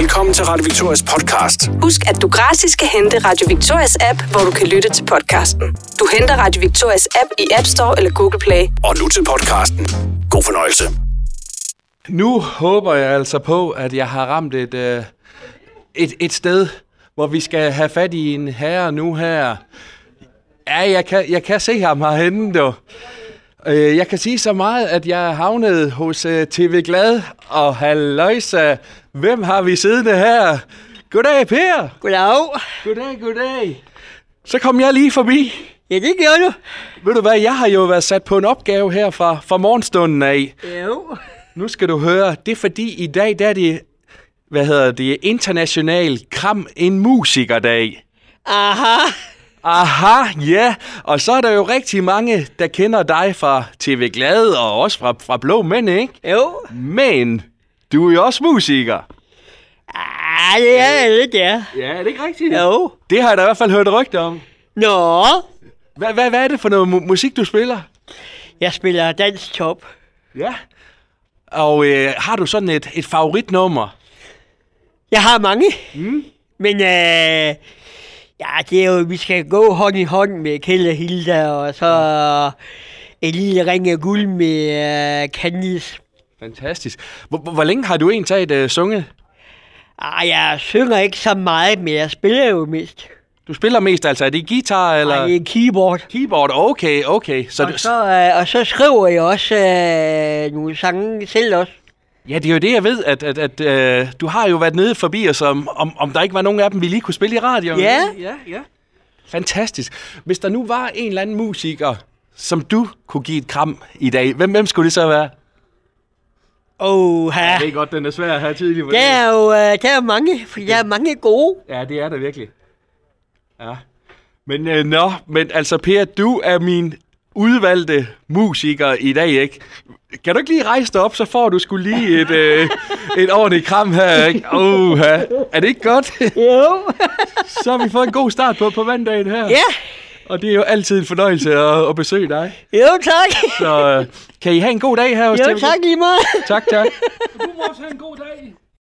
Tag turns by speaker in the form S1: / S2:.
S1: Velkommen til Radio Victorias podcast.
S2: Husk, at du gratis kan hente Radio Victorias app, hvor du kan lytte til podcasten. Du henter Radio Victorias app i App Store eller Google Play.
S1: Og nu til podcasten. God fornøjelse.
S3: Nu håber jeg altså på, at jeg har ramt et, øh, et, et sted, hvor vi skal have fat i en herre nu her. Ja, jeg kan, jeg kan se ham herhenne, du. Øh, jeg kan sige så meget, at jeg er havnet hos øh, TV Glad. Og halløjsa, hvem har vi siddende her? Goddag, Per.
S4: Goddag.
S3: Goddag, goddag. Så kom jeg lige forbi.
S4: Ja, det gjorde du.
S3: Ved du hvad, jeg har jo været sat på en opgave her fra, fra morgenstunden af.
S4: Jo.
S3: Nu skal du høre, det er fordi i dag, der er det, hvad hedder det, international kram en musikerdag.
S4: Aha.
S3: Aha, ja, og så er der jo rigtig mange, der kender dig fra TV Glade og også fra, fra Blå Mænd, ikke?
S4: Jo.
S3: Men du er jo også musiker.
S4: Ah, det er jeg lidt, ja.
S3: Ja, er det ikke rigtigt?
S4: Jo.
S3: Det har jeg da i hvert fald hørt rygter om.
S4: Nå.
S3: Hvad, hvad, hvad er det for noget mu- musik, du spiller?
S4: Jeg spiller dansk top.
S3: Ja. Og øh, har du sådan et, et favoritnummer?
S4: Jeg har mange. Mm. Men øh, ja, det er jo, vi skal gå hånd i hånd med Kjeld og Hilda, og så en lille ring af guld med øh, Candice.
S3: Fantastisk. Hvor, hvor, hvor længe har du egentlig taget øh, sunget?
S4: Ah, jeg synger ikke så meget, men jeg spiller jo mest.
S3: Du spiller mest altså, er det guitar eller
S4: Ej, det er keyboard.
S3: keyboard? Okay, okay. Så,
S4: Og
S3: du-
S4: så, øh, og så skriver jeg også øh, nogle sange selv også.
S3: ja, det er jo det, jeg ved, at, at, at øh, du har jo været nede forbi os, om, om, om der ikke var nogen af dem, vi lige kunne spille i radioen.
S4: Ja.
S3: ja, ja. Fantastisk. Hvis der nu var en eller anden musiker, som du kunne give et kram i dag, hvem, hvem skulle det så være?
S4: Åh, ja.
S3: er godt, den er svær at have tidlig.
S4: Der er jo øh, der er mange, for der er mange gode.
S3: Ja, det er det virkelig. Ja. Men øh, nå, men altså Per, du er min udvalgte musiker i dag, ikke? Kan du ikke lige rejse dig op, så får du skulle lige et, øh, et ordentligt kram her, ikke? Oh, er det ikke godt?
S4: Jo.
S3: så har vi fået en god start på, på mandagen her.
S4: ja,
S3: Og det er jo altid en fornøjelse at, at besøge dig.
S4: jo tak.
S3: Så øh, kan I have en god dag her hos
S4: Jo
S3: TV?
S4: tak lige meget.
S3: Tak, tak.
S5: Du må også have en god dag.